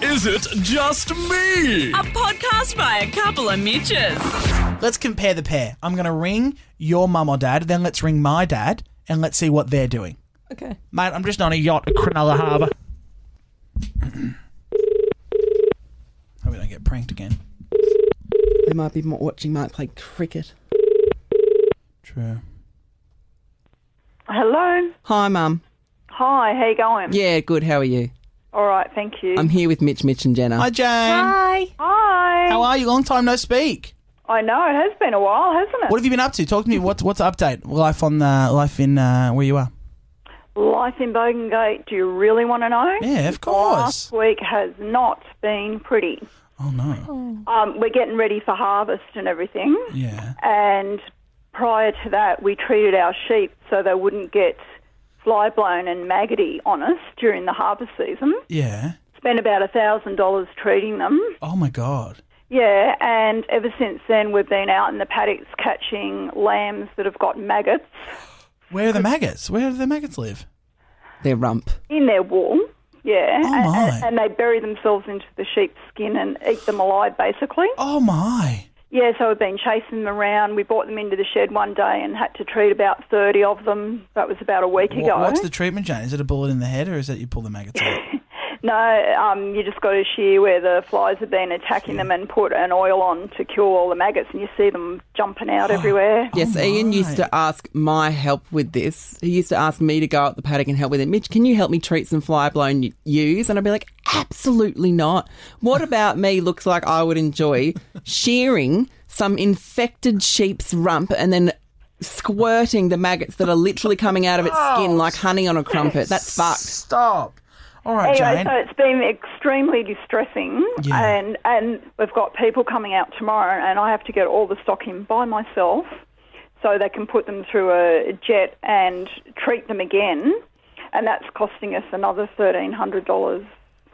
Is it just me? A podcast by a couple of Mitches. Let's compare the pair. I'm going to ring your mum or dad, then let's ring my dad, and let's see what they're doing. Okay. Mate, I'm just on a yacht at Cronulla Harbour. Hope we don't get pranked again. They might be more watching Mark play cricket. True. Hello. Hi, Mum. Hi, how you going? Yeah, good. How are you? All right, thank you. I'm here with Mitch, Mitch, and Jenna. Hi, Jane. Hi. Hi. How are you? Long time no speak. I know, it has been a while, hasn't it? What have you been up to? Talk to me. What's what's the update? Life on uh, life in uh, where you are? Life in Bogan Gate, do you really want to know? Yeah, of course. Last week has not been pretty. Oh no. Um, we're getting ready for harvest and everything. Yeah. And prior to that, we treated our sheep so they wouldn't get fly blown and maggoty on us during the harvest season. Yeah. Spent about a $1,000 treating them. Oh my god. Yeah, and ever since then, we've been out in the paddocks catching lambs that have got maggots Where are the maggots? Where do the maggots live? Their rump. in their wool. Yeah, Oh, and, my. and they bury themselves into the sheep's skin and eat them alive, basically. Oh my. Yeah, so we've been chasing them around. We brought them into the shed one day and had to treat about 30 of them. That was about a week Wha- ago. what's the treatment, Jane? Is it a bullet in the head, or is that you pull the maggots out? No, um, you just got to shear where the flies have been attacking them and put an oil on to kill all the maggots, and you see them jumping out everywhere. Yes, Oh, Ian my. used to ask my help with this. He used to ask me to go up the paddock and help with it. Mitch, can you help me treat some fly blown y- ewes? And I'd be like, absolutely not. What about me looks like I would enjoy shearing some infected sheep's rump and then squirting the maggots that are literally coming out of its skin like honey on a crumpet? That's fucked. Stop. All right, Anyway, Jane. so it's been extremely distressing, Yeah. and and we've got people coming out tomorrow, and I have to get all the stock in by myself, so they can put them through a jet and treat them again, and that's costing us another thirteen hundred dollars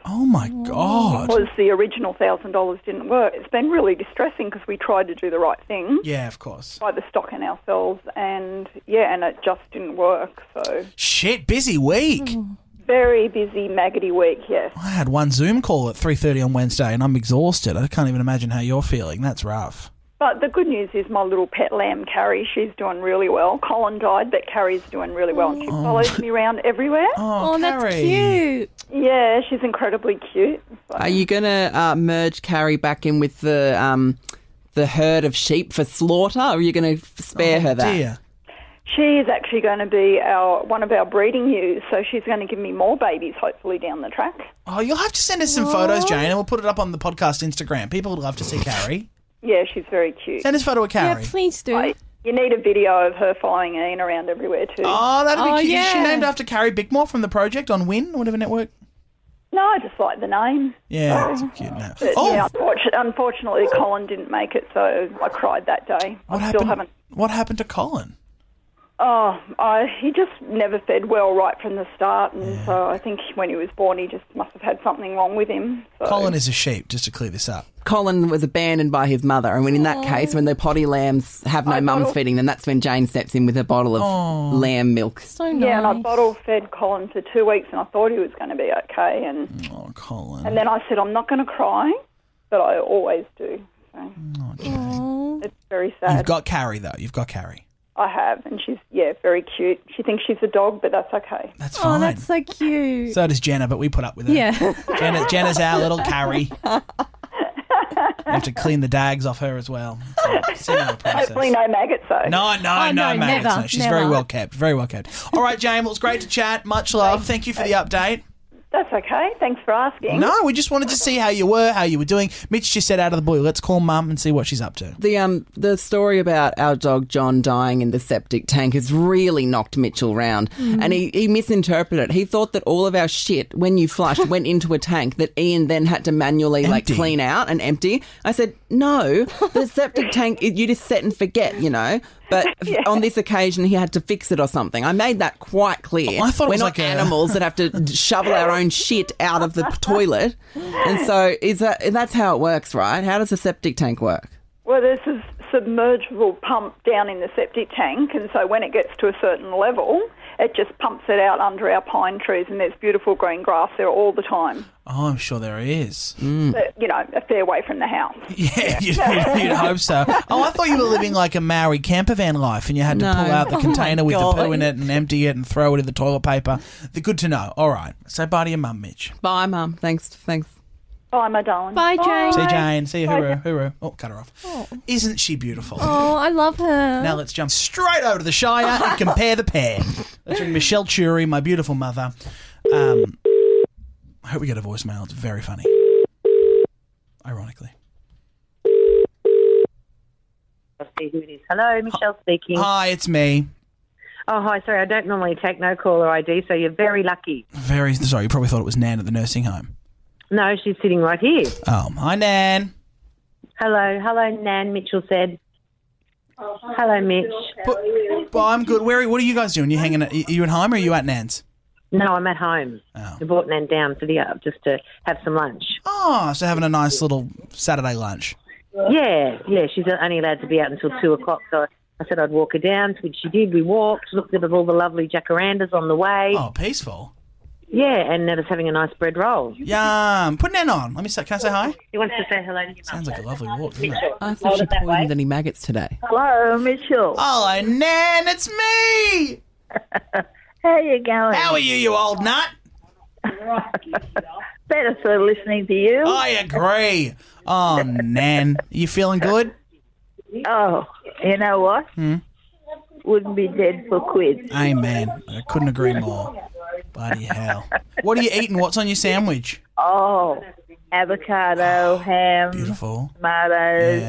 oh my god. because the original thousand dollars didn't work. It's been really distressing because we tried to do the right thing. Yeah, of course. Buy the stock in ourselves, and yeah, and it just didn't work. So Shit, busy week. Hmm. very busy, maggoty week. Yes, I had one Zoom call at 3:30 on Wednesday and I'm exhausted. I can't even imagine how you're feeling. That's rough. But the good news is my little pet lamb, Carrie, she's doing really well. Colin died, but Carrie's doing really well, and she follows me around everywhere. Oh, Oh, that's cute. Yeah, she's incredibly cute. So- Are you going to uh, merge Carrie back in with the. Um, the herd of sheep for slaughter, or are you going to spare her that? Oh, Dear. She is actually going to be our one of our breeding ewes, so she's going to give me more babies, hopefully down the track. Oh, you'll have to send us some photos, Jane, and we'll put it up on the podcast Instagram. People would love to see Carrie. Yeah, she's very cute. Send us a photo of Yeah, Carrie. please do. I- you need a video of her following Ian around everywhere too. Oh, that'd be Oh, cute. Is she yeah. named after Carrie Bickmore from the project on Win, whatever network? No, I just like the name. Yeah, that's a cute name. But, Oh, yeah, unfortunately, unfortunately, Colin didn't make it, so I cried that day. what I still happened? haven't What happened to Colin? Oh, I, he just never fed well right from the start, and so I think when he was born, he just must have had something wrong with him. So. Colin is a sheep, just to clear this up. Colin was abandoned by his mother, and when in that case, when the potty lambs have no mums feeding them, that's when Jane steps in with a bottle of lamb milk. so nice. yeah, and I bottle fed Colin for two weeks, and I thought he was going to be okay, and Oh, Colin. and then I said I'm not going to cry, but I always do. So Aw. it's very Oh, uh, You've sad. got Carrie though. You've got Carrie. I have, and she's yeah, very cute. She thinks she's a dog, but that's okay. That's Oh, fine. that's so cute. So does Jenna, but we put up with her. yeah. Jenna, Jenna's our little Carrie. you have to clean the dags off her as well. It's a similar process. Hopefully, no maggots though. No, no, Oh, no, no, mate. never, She's never. very well kept. Very well kept. All right, Jane. Well, it's great to chat. Much love. Thank you for the update. That's okay. Thanks for asking. No, we just wanted to see how you were, how you were doing. Mitch just said out of the blue, let's call mum and see what she's up to. The um the story about our dog John dying in the septic tank has really knocked Mitchell round, Mm-hmm. and he, he misinterpreted. it. He thought that all of our shit when you flushed went into a tank that Ian then had to manually like Empty. clean out and empty. I said no, the septic tank it- you just set and forget, you know. But f- on this occasion, he had to fix it or something. I made that quite clear. I thought it we're was not like a- animals that have to d- shovel our own shit out of the p- toilet, and so is that that's how it works, right? How does a septic tank work? Well, there's this submergible pump down in the septic tank, and so when it gets to a certain level, it just pumps it out under our pine trees, and there's beautiful green grass there all the time. Oh, I'm sure there is. But, you know, a fair way from the house. Yeah, you'd, you'd, you'd hope so. Oh, I thought you were living like a Maori camper van life, and you had to No. pull out the Oh my container with the poo God. in it and empty it and throw it in the toilet paper. The good to know. All right, say bye to your mum, Mitch. Bye, mum. Thanks. Thanks. Bye, my darling. Bye, Jane. See you, Jane. See you, hooroo, hooroo. Oh, cut her off. Isn't she beautiful? Oh, I love her. Now let's jump straight over to the Shire and compare the pair. Let's ring Michelle Chury, my beautiful mother. Um, I hope we get a voicemail. It's very funny. Ironically. I'll see who it is. Hello, Michelle speaking. Hi, it's me. Oh, hi. Sorry, I don't normally take no caller ID, so you're very lucky. Very sorry. You probably thought it was Nan at the nursing home. No, she's sitting right here. Oh, hi, Nan. Hello, hello, Nan. Mitchell said. Oh, Hello, Mitch. But, well, I'm good. Where? Are, what are you guys doing? You hanging? At, you at home or are you at Nan's? No, I'm at home. Oh. I brought Nan down to the uh, just to have some lunch. Oh, so having a nice little Saturday lunch. Yeah, yeah. She's only allowed to be out until two o'clock, so I said I'd walk her down, which she did. We walked, looked at all the lovely jacarandas on the way. Oh, peaceful. Yeah, and now just having a nice bread roll. Yum. Put Nan on. Let me say. Can I say hi? He wants to say hello to your mum. Sounds like a lovely walk. Doesn't it? I thought she poisoned any maggots today. Hello, Mitchell. Hello, Nan. It's me. How you going? How are you, you old nut? Better for listening to you. I agree. Oh, Nan, you feeling good? Oh, you know what? Hmm? Wouldn't be dead for quid. Amen. I couldn't agree more. Bloody hell. What are you eating? What's on your sandwich? Oh, avocado, ham, Oh, Beautiful. tomatoes.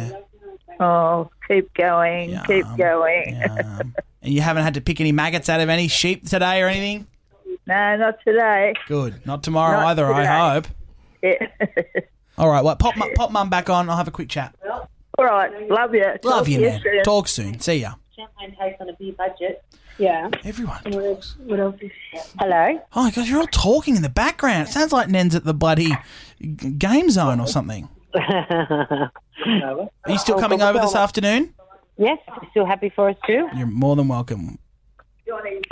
Yeah. Oh, keep going, keep Yum. going. Yum. And you haven't had to pick any maggots out of any sheep today or anything? No, not today. Good. Not tomorrow Not either, today. I hope. Yeah. All right, well, pop, mu- pop mum back on. I'll have a quick chat. All right, love you. Love you, man. soon. Talk soon. See ya. Champagne tastes on a beer budget. Everyone. Hello. Oh, God, you're all talking in the background. It sounds like Nen's at the bloody g- game zone or something. Are you still coming over this afternoon? yes, still happy for us too. You're more than welcome.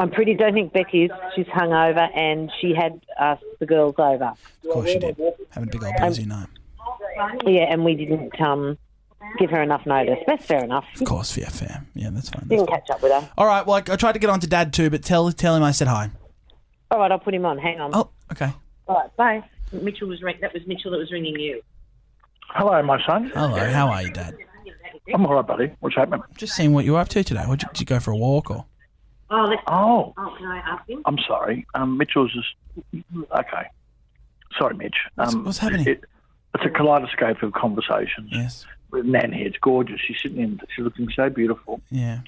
I'm pretty. Don't think Becky is. She's hungover, and she had us the girls over. Of course you did. Having a big old boozy night. Yeah, and we didn't um, give her enough notice. That's fair enough. Of course, yeah, fair. Yeah, that's fine. that's Didn't fine. catch up with her. All right, well, I, I tried to get on to Dad too, but tell tell him I said hi. All right, I'll put him on. Hang on. Oh, okay. All right, bye. Mitchell was ring- that was Mitchell that was ringing you. Hello, my son. Hello, Oh, how are you, Dad? I'm all right, buddy. What's happening? Just seeing what you're up to today. What, did you go for a walk or? Oh, let's, Oh, oh, can I ask him? I'm sorry. Um, Mitchell's just okay. Sorry, Mitch. What's- Um, what's happening? It, it's a kaleidoscope of conversations Yes. with Nan here. It's gorgeous. She's sitting in. She's looking so beautiful. Yeah.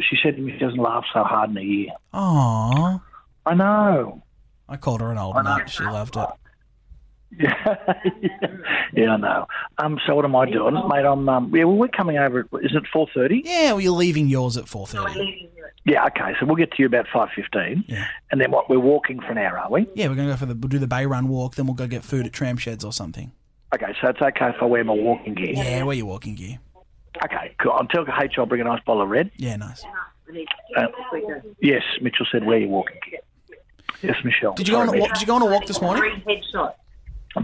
She said to me she doesn't laugh so hard in a year. Aww. I know. I called her an old nut. She loved it. Yeah, yeah, I know. Um, so what am I doing, mate? I'm um, yeah. Well, we're coming over. At, is it four thirty? Yeah, well, you're leaving yours at four thirty. Yeah. Okay. So we'll get to you about five fifteen, Yeah. and then what? We're walking for an hour, are we? Yeah, we're gonna go for the we'll do the Bay Run walk. Then we'll go get food at tram sheds or something. Okay. So it's okay if I wear my walking gear. Yeah, where you walking gear? Okay, cool. I'll tell H I'll bring a nice bottle of red. Yeah, nice. Uh, yes, Mitchell said, where are you walking? Yes, Michelle. Did you go on? A, Sorry, wa- did you go on a walk this morning? headshots. Mitch.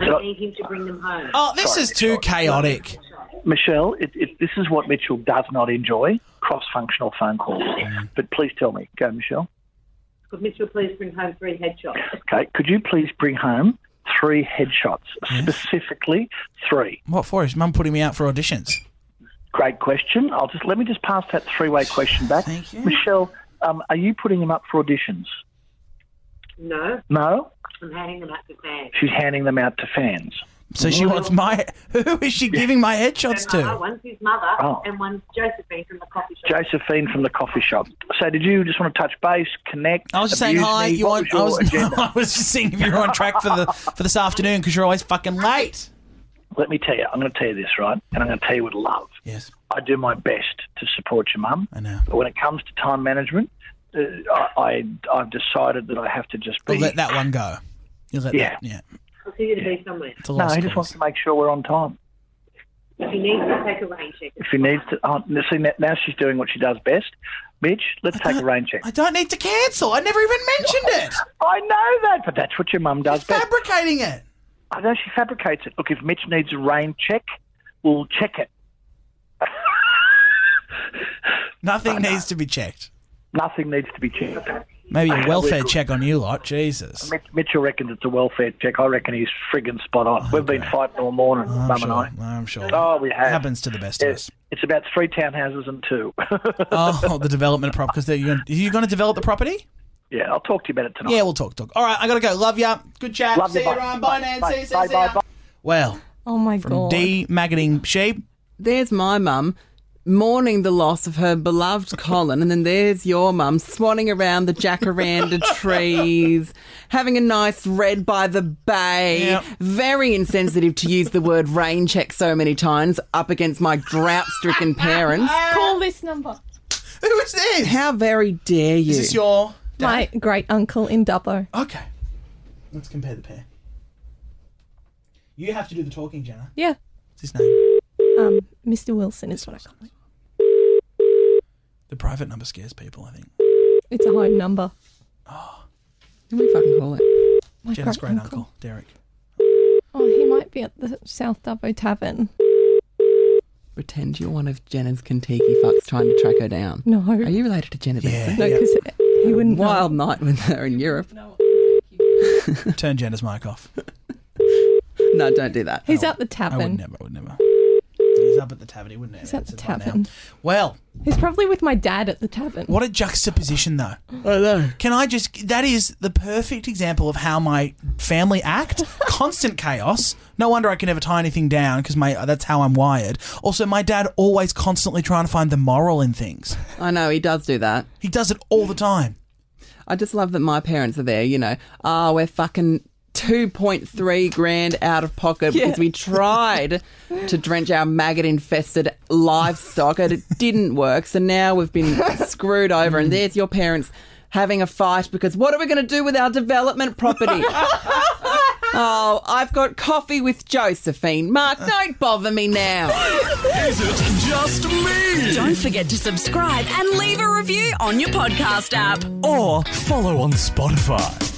So- him to bring them home. Oh, this is too chaotic. Michelle, it, it, this is what Mitchell does not enjoy, cross-functional phone calls. Mm. But please tell me. Go, Michelle. Could Mitchell please bring home three headshots? Okay, could you please bring home three headshots, Yes. specifically three? What for? Is Mum putting me out for auditions? Great question. I'll just Let me just pass that three-way question back. Thank you. Michelle, um, are you putting him up for auditions? No, No? I'm handing them out to fans. She's handing them out to fans. So she wants my. Who is she giving my headshots to? One's his mother, Oh. and one's Josephine from the coffee shop. Josephine from the coffee shop. So, did you just want to touch base, connect? I was just saying abuse hi. me? You What on? I was your was. agenda? I was just seeing if you're on track for the for this afternoon because you're always fucking late. Let me tell you. I'm going to tell you this, right? And I'm going to tell you with love. Yes, I do my best to support your mum, I know. but when it comes to time management, uh, I, I I've decided that I have to just be. We'll let that one go. You'll let Yeah. that. Yeah. I'll see you to be somewhere. It's a no, lost he just cause. wants to make sure we're on time. If you need to take a rain check. If she needs to, oh, see now- now she's doing what she does best. Midge, let's take a rain check. I don't need to cancel. I never even mentioned it. I know that, but that's what your mum does best. Fabricating it. I know she fabricates it. Look, if Mitch needs a rain check, we'll check it. Nothing needs to be checked. Nothing needs to be checked. Maybe I a know, welfare we're good. check on you lot. Jesus. Mitch, Mitchell reckons it's a welfare check. I reckon he's friggin' spot on. We've been fighting all morning, I'm Mum sure. and I'm sure. I. Oh, we have. Happens to the best Yeah, of us. It's about three townhouses and two. Oh, the development prop. Because you're going to develop the property? yeah, I'll talk to you about it tonight. Yeah, we'll talk. Talk. All right, I gotta go. Love ya. Good chat. Love see you, you bye. around. Bye, Bye, Nancy. bye, see, bye, see bye, ya. bye. Well, Oh my from god. D maggoting sheep. There's my mum mourning the loss of her beloved Colin, and then there's your mum swanning around the jacaranda trees, having a nice red by the bay. Yep. Very insensitive to use the word rain check so many times up against my drought stricken parents. Call this number. Who is this? How very dare you? Is this your? My great uncle in Dubbo. Okay. Let's compare the pair. You have to do the talking, Jenna. Yeah. What's his name? Um, Mr. Wilson is what I call him. The private number scares people. I think. It's a home number. Can we fucking call it? My Jenna's great uncle Derek. Oh, he might be at the South Dubbo Tavern. Pretend you're one of Jenna's Kentucky fucks trying to track her down. No. Are you related to Jenna Benson? No, because he wouldn't. know. Wild night with her in Europe. Turn Jenna's mic off. No, don't do that. He's at the I would tavern. never. I would never. He's up at the tavern. He wouldn't. He's at the tavern. Now. Well, He's probably with my dad at the tavern. what a juxtaposition, though. I know. Can I just? That is the perfect example of how my family act. Constant chaos. No wonder I can never tie anything down because my that's how I'm wired. Also, my dad always constantly trying to find the moral in things. I know, he does do that. He does it all the time. I just love that my parents are there, you know. Ah, we're fucking 2.3 grand out of pocket because we tried to drench our maggot infested livestock and it didn't work. So now we've been screwed over. And there's your parents having a fight because what are we going to do with our development property? Oh, I've got coffee with Josephine. Mark, don't bother me now. Is it just me? Don't forget to subscribe and leave a review on your podcast app. Or follow on Spotify.